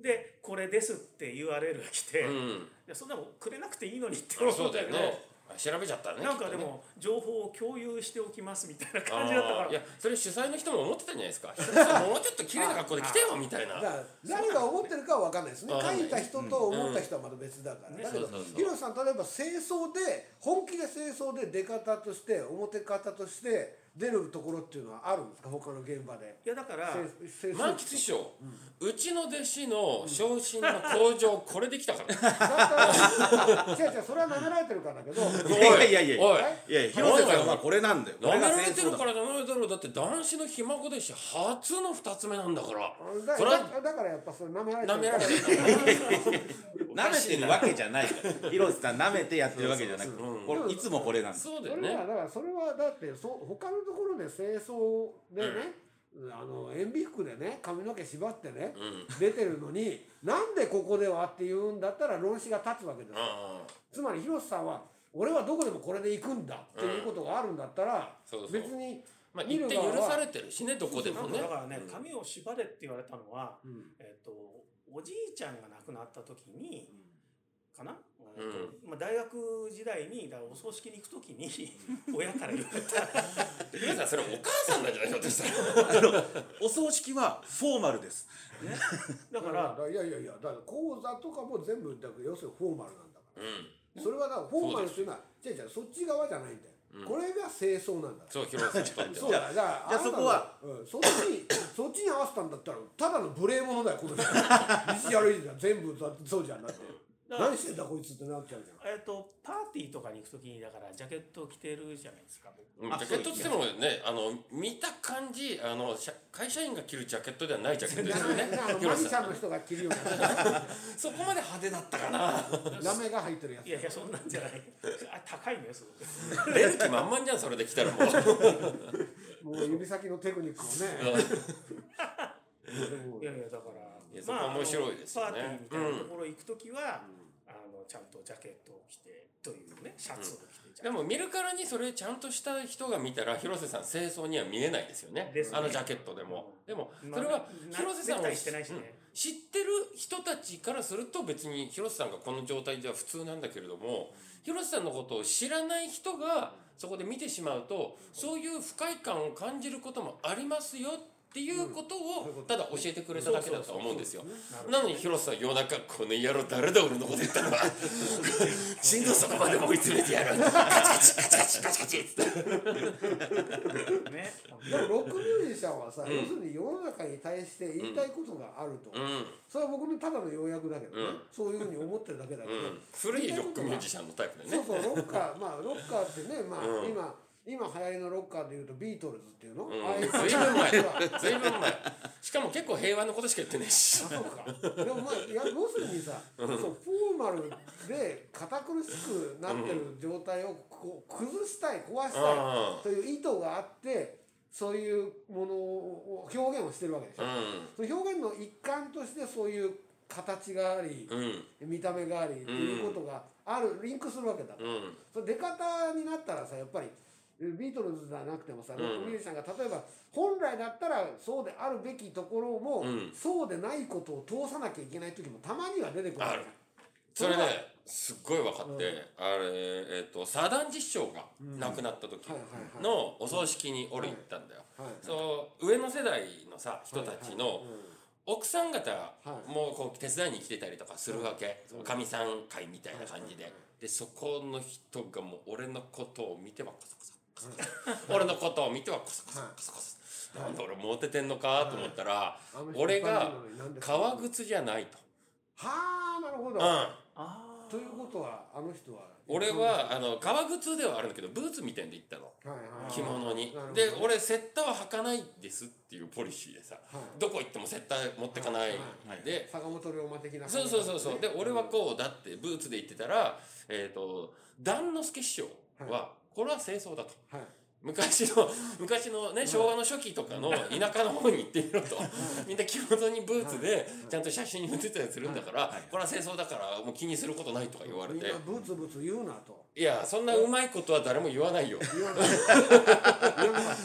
B: う
D: でこれですって URL が来て、
B: ん
D: い。
B: うん。
D: やそんなのくれなくていいのにって
B: あ
D: 思
B: そ
D: っ
B: う
D: た
B: だ
D: け
B: よ
D: ど、
B: ね。あ調べちゃったね。
D: なんか
B: きっ
D: で
B: とね。
D: も情報を共有しておきますみたいな
B: あ
D: 感じだったか
B: ーいや
D: ら
B: それ主催の人も思ってたんじゃないですか。ヒロさんもうちょっと綺麗な格好で来てよみたい
C: だ
B: な
C: か。ら何が思ってるかは分かんないですね
B: わかんない
C: 書いた人と思った人はまた別だから、
D: うん
C: だけど
B: ねそうそうそう
C: 広瀬さん例えば清掃で本気で清掃で出方として表方として出るところっていうのはあるんですか他の現場で
D: いやだから
C: 清清
B: 満喫師匠、うちの弟子の昇進の向上、これできたから ね。
C: だから違う違うそれは舐められてるからだけど
A: いやいやいやいや
B: おい。
A: いやいや広瀬さんはこれなんだよこ
B: 舐
A: れ
B: め
A: が
B: ら
A: 清
B: れてる
A: 掃
B: か
A: だ
B: らじゃないだろうだって男子のひ孫弟子初の二つ目なんだから
C: だ
B: それは
C: だだからやっぱそれ舐められて
B: 舐
C: る
B: め
C: からら
B: れてるから
A: 舐めてるわけじゃないから広瀬さん舐めてやってるわけじゃなく
B: そうそう
A: これいつもこれなんです
B: そうだよ
C: それは
B: ね
C: だからそれはだってそ他のところで清掃でね、あの塩ビ服でね髪の毛縛ってね、
B: うん
C: 出てるのになんでここではって言うんだったら論旨が立つわけですよ、
B: ああ
C: つまり広瀬さんは俺はどこでもこれで行くんだっていうことがあるんだったら、
B: そうそう
C: 別に
B: まあ
C: 見
B: 言
C: る
B: って
C: 側は
B: 許されてるしねどこで
D: な
B: も
D: んか
B: ね
D: だからね、
B: うん
D: 髪を縛れって言われたのは、
C: うん
D: えっとおじいちゃんが亡くなった時にかな、えっ
B: う
D: とまあ、大学時代にだからお葬式に行く時 に親から言われた
B: 皆さんそれお母さんなんじゃないひょっとしたら
A: お葬式はフォーマルです
D: だから、
C: いやいやいやだから講座とかも全部だから要するにフォーマルなんだか
B: うん
C: らそれはだからフォーマルっていうのは違う違うそっち側じゃないんだよ、これが清掃なんだ
B: そう広瀬さんと
C: そうだ、だから
A: じゃあそこは、
C: うん、そっちにそっちに合わせたんだったらただの無礼者だよこの人道歩いてたら全部だそうじゃんなって
D: だから
C: 何してんだこいつってなっちゃうじゃん
D: えっとパーティーとかに行く時にだからジャケットを着てるじゃないですか僕
B: うんジャケットっつってもねあの見た感じあの社会社員が着るジャケットではないジャケットですよね
C: あのマ
B: 広
C: ジ
B: 瀬
C: シ
B: さ
C: ャ
B: ん
C: ンの人が着るような
B: そこまで派手だったかな
C: ラメが入ってるやつ
D: いやいやそんなんじゃないあ高いのよすご く
B: 出る気満々じゃんそれで着たらもう
C: もう指先のテクニックをね
D: いやいやだから
B: いやそこは面白いですよね
D: まああのパーティーみたいなところ行く時は、あのちゃんとジャケットを着てというねシャツを着て、
B: でも見るからにそれちゃんとした人が見たら広瀬さん清掃には見えないですよね
D: ですね
B: あのジャケットでも、
D: うん
B: でも
D: まあ
B: それは
D: な
B: 広瀬さん
D: ネ
B: を
D: クタイしてないしね
B: うん知ってる人たちからすると別に広瀬さんがこの状態では普通なんだけれども広瀬さんのことを知らない人がそこで見てしまうとそういう不快感を感じることもありますよっていうことをただ教えてくれただけだとは思うんですよなのに広瀬さん夜中この野郎誰だ俺のこと言ったのは しんどそこまで追い詰めてやるカチカチカチカチカチカチっつって
D: ね
C: でもロックミュージシャンはさ、要するに世の中に対して言いたいことがあると、
B: うん
C: それは僕のただの要約だけどね、
B: うん
C: そういうふうに思ってるだけだけど、
B: うん、古いロックミュージシャンのタイプだ
C: そ
B: よ
C: う
B: ね。
C: そうロッカ ーまあロッカーってねまあ、
B: うん
C: 今今流行りのロッカーでいうとビートルズっていうの、
B: うん
C: ああいう、
B: ずいぶん前
C: あ、
B: ずいぶん前。しかも結構平和なことしか言ってないし。
C: そうかでもまあいや要するにさ、そうフォーマルで堅苦しくなってる状態をこう崩したい壊した
B: うん
C: いという意図があってそういうものを表現をしてるわけでしょ
B: う、ん、
C: その表現の一環としてそういう形があり、
B: うん、
C: 見た目がありっていうことがある、リンクするわけだから
B: うん、
C: その出方になったらさやっぱりえービートルズじゃなくてもさ、
B: ん
C: ロックミュージシャンが例えば本来だったらそうであるべきところも、
B: うん
C: そうでないことを通さなきゃいけない時もたまには出てくる
B: あるそれね、すっごい分かって、
C: うん
B: あれ、えっ、と、サダン師匠が亡くなった時
C: はいはいはい
B: のお葬式に俺行ったんだよ。
C: はい
B: そう、上の世代のさ、人たち
C: はいはい
B: の
C: うん
B: 奥さん方
C: はい
B: もこう手伝いに来てたりとかするわけ。
C: うん
B: かみさん会みたいな感じで。で、そこの人がもう俺のことを見てはカサカサ。俺のことを見てはコソコソコソコソなんだ俺モテてんのかと思ったら
C: あの人
B: 俺が
C: いっぱいいるのになんで
B: 革靴じゃないと。
C: はあなるほ
B: う
C: ど、
B: ん
D: ああ
C: ということはあの人は
B: 俺はあの革靴ではあるんだけどブーツみたいで行ったの
C: はいはい
B: 着物に
C: なるほど
B: で俺セッターは履かないですっていうポリシーでさ
C: はい
B: どこ行ってもセッター持ってかない
A: はい
B: で
C: 坂本龍馬的な
B: そうそうそうそうで俺はこうだってブーツで行ってたらえっと段之助師匠はこれは清掃だと。
C: はい
B: 昔の昔のね昭和の初期とかの田舎の方に行ってみろとみんな着物にブーツでちゃんと写真に写ってたりするんだからこれは清掃だからもう気にすることないとか言われ
C: みん
B: て
C: なブツブツ言うなと
B: いやそんなうまいことは誰も言わないよ
C: 言わない言わない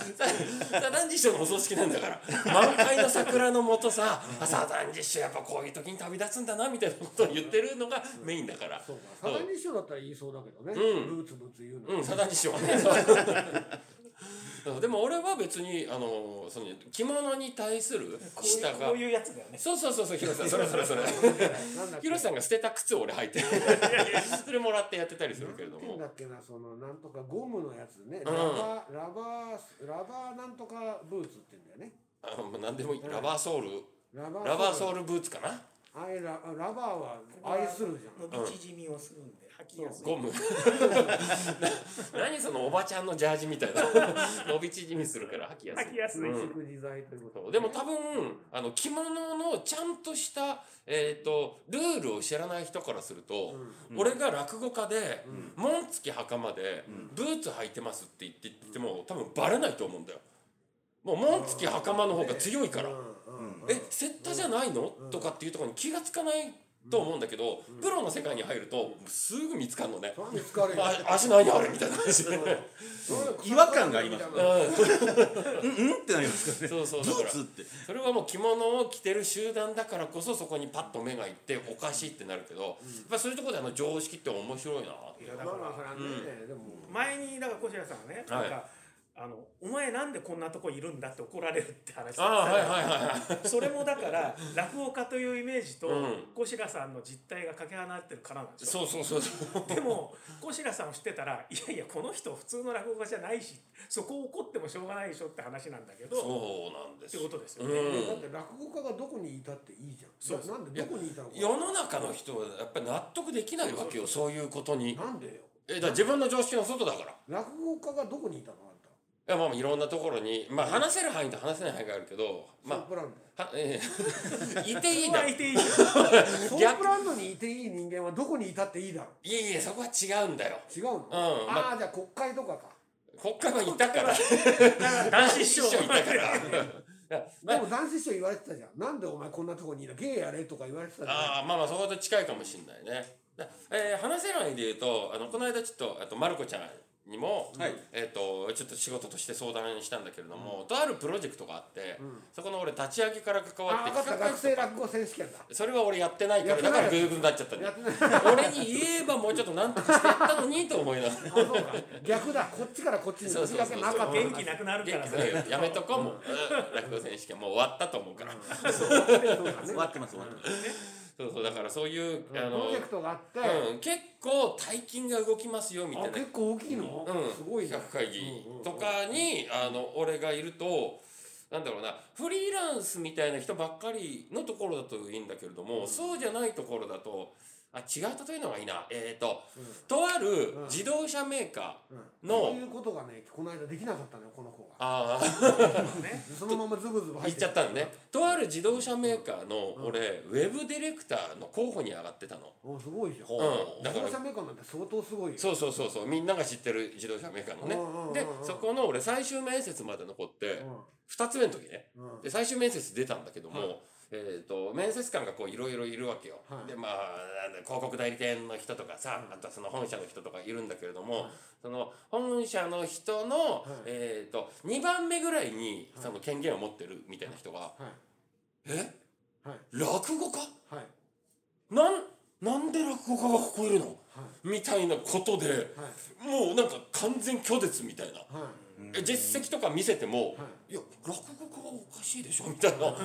B: さ男児師匠のお葬式なんだから満開の桜のもとさ朝男児師匠やっぱこういう時に旅立つんだなみたいなことを言ってるのがメインだから
C: そうかサダン師匠だったら言いそうだけどね、
B: うん
C: ブツブツ言うな、
B: うん、サダン師匠はね。そうでも俺は別にあのその着物に対する
D: こうい
B: 舌
D: う
B: が
D: こういうやつだよね
B: そうそうそうそうヒロさんそれそれそれ
C: なんだっけ
B: ヒロさんが捨てた靴を俺履いてそれもらってやってたりするけれど
C: なんて言うんだ
B: も
C: っけなそのなんとかゴムのやつね、
B: うん
C: ラバーラバーラバーなんとかブーツって言うんだよね
B: あの何でもいいラバーソール
C: ラバー
B: ラバー
C: う
B: ソールブーツかな
C: あれララバーは愛するじゃん
D: 伸び縮みをするんで履きやすい
B: ゴムな何そのおばちゃんのジャージみたいな 伸び縮みするから履きやすい
D: 履きやすい
B: うん
C: 自粛自在ということ
B: でも多分あの着物のちゃんとした、えー、とルールを知らない人からすると、
A: うん
B: 俺が落語家で、
C: う
B: 紋付き袴で、ブーツ履いてますって言って言っても多分バレないと思うんだよ。もう紋付き袴の方が強いから
C: うん、うんうん
B: えセッタじゃないの、とかっていうところに気がつかないと思うんだけど、プロの世界に入るとすぐ見つかるのね、
C: それ見つかるよ
B: あ足何あれみたいな感じで、
A: 違和感があります
C: ね
B: う
A: うんうんってなりますか
B: ん、そうそう
A: ら
B: だ
A: ねブ
B: から
A: ーツって
B: それはもう着物を着てる集団だからこそそこにパッと目がいっておかしいってなるけど、やっぱそういうところであの常識って面白いなって
D: いや
C: ま
D: だ
C: あ
D: か
C: まあ
D: ら
C: それはねでも
D: 前にだから小白さんがね、
B: はい
D: なんかあの「お前なんでこんなとこいるんだ」って怒られるって話
B: ああはいはいはいはい
D: それもだから落語家というイメージと
B: うん
D: 小白さんの実態がかけ離れてるからなんですよ。
B: そうそうそうそう
D: でも小白さんを知ってたら「いやいやこの人普通の落語家じゃないしそこを怒ってもしょうがないでしょ」って話なんだけどっ
B: そうなんです
D: て
B: よ
D: ことですよ
B: う
D: ね。
B: ん
C: だって落語家がどこにいたっていいじゃん
D: そう
C: ななんでどこにいたのか
B: 世の中の人はやっぱり納得できないわけよそういうことに
C: なんでよ
B: えだから自分の常識の外だからい
C: 落語家がどこにいたのあんた
B: やまあまあいろんなところにまあ話せる範囲と話せない範囲があるけどま
C: ソー
B: あ
C: プラン
B: は、ええ いていいだ
D: ま
B: ろ
D: あ
B: い
D: いていいよ
C: ドソープランドにいていい人間はどこにいたっていいだろ
B: やいやそこは違うんだよ
C: 違うの、
B: うん
C: あ
B: ま
C: あじゃあ国会とかか
B: 国会はいたから
D: 男子師匠
B: いたからいやま
C: で
B: あ
C: も男子師匠言われてたじゃんなんでお前こんなとこにいるゲイやれとか言われてたじゃん
B: ああまあまあそこと近いかもしれないね。だえー話せないで言うとあのこの間ちょっとあとまる子ちゃんにも、
A: はい
B: えっ、とちょっと仕事として相談したんだけれども、とあるプロジェクトがあって、そこの俺立ち上げから関わっ
C: あ
B: て
C: 分かった
B: 企画
C: 学生落語選手 権だ
B: それは俺やってないか
C: やっ
B: ら
C: てな
B: だ
C: い
B: からグーグーになっちゃったんだ
C: や
B: よ
C: ってない
B: 俺に言えばもうちょっとなんとかしてやったのにと思いながら
C: あそうか逆だこっちからこっちに
B: そう
C: 行
B: そう
C: き
B: そう
C: かけなかった
D: 元気なくなるから
B: 元気
D: さ
B: ないよやめとこうもううん落語選手権もう終わったと思うから、
A: 終わってます終わってます
B: そうそうだからそういう、
C: プ
B: あの
C: ロジェクトがあって、
B: うん、結構大金が動きますよみたい
C: あ
B: な
C: 結構大きいの、
B: うん、
C: すごいね
B: 100会議とかに、あの俺がいるとなんだろうなフリーランスみたいな人ばっかりのところだといいんだけれども、そうじゃないところだとあ違う例えのがいいなえっ、と、とある
C: うん
B: 自動車メーカーの、
C: そういうことがねこの間できなかったのよこの子が
B: ああ
D: ね。
C: そのままズブズブ
B: 言
C: 入っ
B: ってちゃったんねとある自動車メーカーの俺、ウェブディレクターの候補に上がってたの。
C: おすごいじゃ
B: う
C: ん
B: ん、だか
C: 自
B: ら
C: 動車メーカーなんて相当すごいよ
B: そうそうそうそうみんなが知ってる自動車メーカーのね
C: うんうんうんうん
B: でそこの俺最終面接まで残って2つ目の時ね
C: うんうん
B: で最終面接出たんだけども、えー、と面接官がこういろいろいるわけよ、
C: はい
B: でまあなんだ広告代理店の人とかさ、あとはその本社の人とかいるんだけれども、その本社の人の、
C: い
B: えー、と2番目ぐらいに
C: はい
B: その権限を持ってるみたいな人が
C: はい
B: 「え
C: はい
B: 落語家
C: はい
B: なんなんで落語家がここいるの?」みたいなことで
C: はい
B: もうなんか完全拒絶みたいな。
C: はい
B: え実績とか見せても、、
C: はい
B: や落語家はおかしいでしょみたいな、いや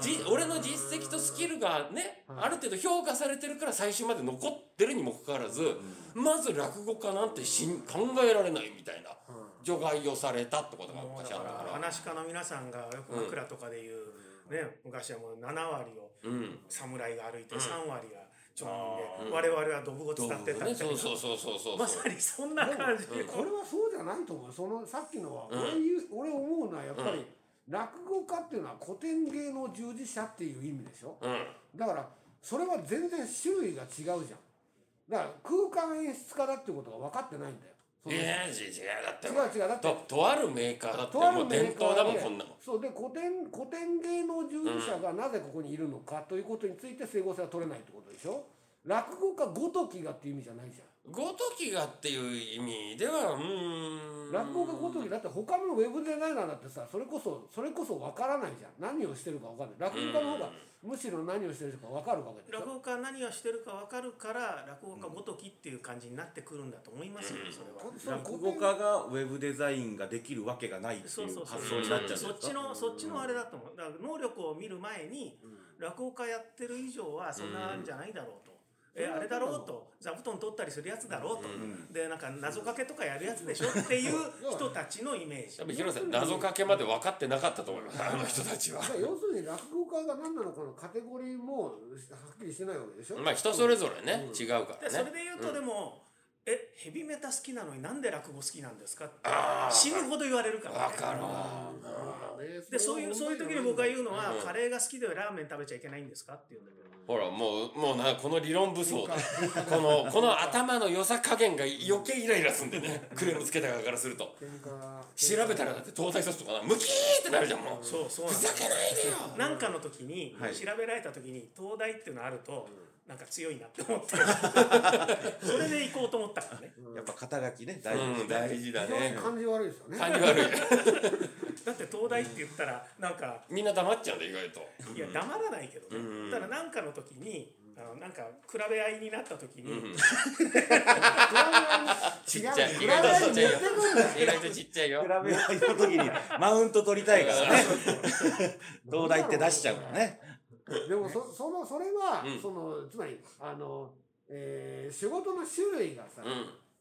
B: じ俺の実績とスキルがね、
C: はい
B: ある程度評価されてるから最終まで残ってるにもかかわらず、まず落語家なんてしん考えられないみたいな
C: うん
B: 除外をされたってことが
D: もうだ
B: 昔あ
D: か
B: った
D: ら
B: から。
D: 話し家の皆さんがよく枕とかで言う、ね昔はもう7割を
B: うん。
D: 侍が歩いて3割が町
A: あ
D: 民で、
B: ー
D: 我々はどぶご
B: ど
D: つ
B: う
D: 立ってたみたい
B: そ
D: な
B: うそうそうそうそう。
D: まさにそんな感じ、
B: でも
C: これはそうじゃないと思うそのさっきのは、
B: うん
C: 俺言う俺思うのはやっぱり、
B: うん
C: 落語家っていうのは古典芸能従事者っていう意味でしょ
B: うん。
C: だからそれは全然種類が違うじゃんだから空間演出家だってことが分かってないんだよその人
B: ええ、じじいだって。
C: 違う違うだって
B: と、とあるメーカーだって、
C: とあ
B: も
C: る
B: う
C: メ
B: 伝
C: ーカー
B: 統だ
C: で
B: もん、こんなの。
C: そうで古典古典芸能従事者がなぜここにいるのかということについて整合性は取れないってことでしょ落語家ごときがっていう意味じゃないじゃ
B: ごときがっていう意味では、うーん。
C: ん落語家ごときだって他のウェブデザイナーだってさそれこそそれこそ分からないじゃん何をしてるか分かんない落語家の方がむしろ何をしてるか分かるわけでし
D: 落
C: ょ
D: 語家は何をしてるか分かるから落語家ごときっていう感じになってくるんだと思いますよ、それは。
C: こその
A: 落語家がウェブデザインができるわけがないって
D: そ
A: いうう
D: そうそう
A: 発想になっちゃうんです
D: そ
A: か
D: っちのそっちのあれだと思うだから能力を見る前に落語家やってる以上はそんなんじゃないだろうと。えあれだろうと座布団取ったりするやつだろうと、でなんか謎かけとかやるやつでしょっていう人たちのイメージ
B: 多分、広瀬さん、謎かけまで分かってなかったと思います。あの人たちは。
C: まあ要するに落語家が何なのかのカテゴリーもはっきりしてないわけでしょ
B: まあ、人それぞれね、違うか
D: で
B: ら
D: それ
B: ね。
D: で言うとでも、えヘビメタ好きなのになんで落語好きなんですかって
B: ああ。
D: 死ぬほど言われるから、ね、
B: わかるわ。
D: でそういうそういう時に僕が言うのは、
B: うん
D: カレーが好きではラーメン食べちゃいけないんですかっていうんだけど、
B: ほら、もう、もうな、この理論武装だ。この、この頭の良さ加減が余計イライラすんでね。クレームつけた側からすると。調べたらだって東大卒とかな、ムキーってなるじゃん、もう。
D: そうそうなん
B: ふ
D: です
B: ざけないでよ
D: なんかの時に
A: はい
D: 調べられた時に東大っていうのあるとなんか強いなっ て思ってそれで行こうと思ったからね
A: やっぱ肩書きね大事です
B: うん、大事だ
C: 非常に
B: ね。
C: 感じ悪いですよね
B: 感じ悪い。
D: だって東大って言ったらなんか
B: みんな黙っちゃうんだ、意外と。
D: いや黙らないけど
B: う
D: ね
B: ん
D: ただなんかの時にあのなんか比べ合いになった時
B: うん
D: に
B: ちっちゃい。意
C: 裏
B: 外とち
C: 側
B: っ
C: に
B: ちゃい
C: 言
B: よ
C: ってくるんだよ。
B: 意外とちっちゃいよ。
A: 比べ合いの時 にマウント取りたいから ね 東大って出しちゃうからね
C: でもそそのそれは、
B: うん
C: そのつまりあの、えー仕事の種類がさ、
B: う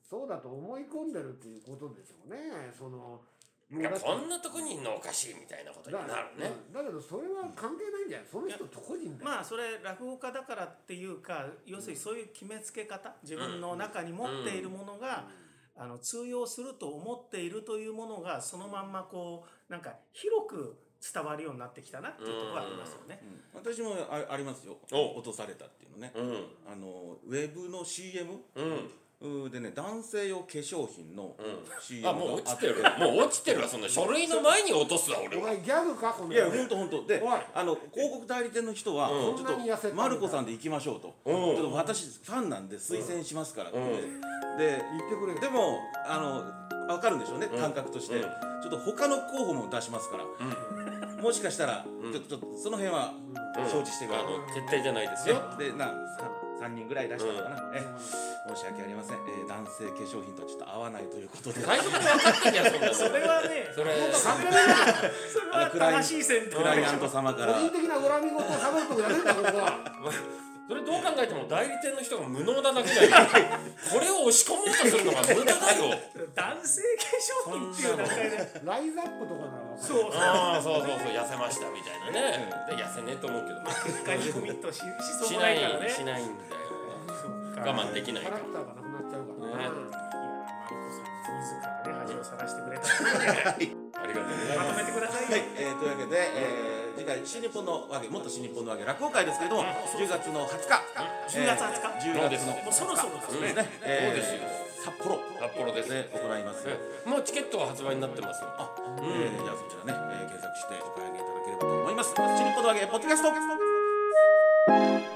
C: そうだと思い込んでるっていうことでしょうね。その
B: ん。いや、
C: もうだって
B: こんなとこにいんのおかしいみたいなことになるね。
C: うんだけどそれは関係ないんじゃないその人個人だよ。
D: まあそれ落語家だからっていうか要するにそういう決めつけ方自分の中に持っているものがあの通用すると思っているというものがそのまんまこうなんか広く伝わるようになってきたなっていうところはありますよね。
A: うん私もあありますよ
B: お
A: 落とされたっていうのね
B: うん。
A: あのウェブの CM
B: うん。
A: うーでね男性用化粧品の CM
B: あ、もう落
A: があっ
B: ち
A: て
B: る。もう落ちてるわ、そんな。書類の前に落とすわ、俺
C: お
B: は。
C: 前ギャグかこの
A: いや本当本当で
C: おい
A: あの広告代理店の人は
B: うん
A: ちょ
C: そんなに痩せた
A: っと
C: んだ
A: マルコさんで行きましょうとち
B: うん
A: ょっと私ファンなんで推薦しますからって
B: うん
A: で
C: 言ってくれよ。
A: でもあの分かるんでしょうね
B: ん
A: 感覚として
B: うん
A: ちょっと他の候補も出しますからもしかしたら
B: ん
A: ちょっとちょっとその辺は承知してくだ
B: あ
A: さい
B: の、決定じゃないですよ。
A: でな3人ぐらい出したのかな、え申し訳ありません、えー男性化粧品とはちょっと合わないということで
B: 最初から分かってんじゃん、そん なの。そ
D: それはね
B: れ、
D: それはそれ
A: あ
D: は
A: のクライ
D: 正しい選
A: ク
D: 択
A: ライアント様か
C: 個
A: ら
C: 人的な恨み事を喋るとこじゃねえんだここは。
B: それどう考えても代理店の人が無能だだけだよこれを押し込もうとするのが無駄だよ
D: 男性化粧品っていう段階で
C: ライズアップとかならわかる
D: そうそう
B: ああそうそうそう痩せましたみたいなねで痩せねえと思うけど
D: 結果にコミットししそう
B: し
D: も
B: な
D: ないから
B: い
D: ね
B: しないんだよ我慢できない
C: キャ
B: から
C: ラクターがなくなっちゃうか
B: ね
C: らね。
D: いやマルコさん自らね恥をさらしてくれた
B: ありがとうござい
D: ま
B: ま
D: と
B: す
D: めてくださいよ、
A: はい、えーというわけで、えー次回新日本のわけもっと新日本のわけ落語会ですけれども10月の20日、
D: 10月20日
A: 10月の
D: もうそろそろですね、
A: ね、えー
B: そうです
A: 札幌
B: 札幌です
A: で行います、
B: えもうチケットは発売になってます
A: あ、えーじゃあそちらね、えー検索してお買い上げいただければと思います新日本のわけポッドキャスト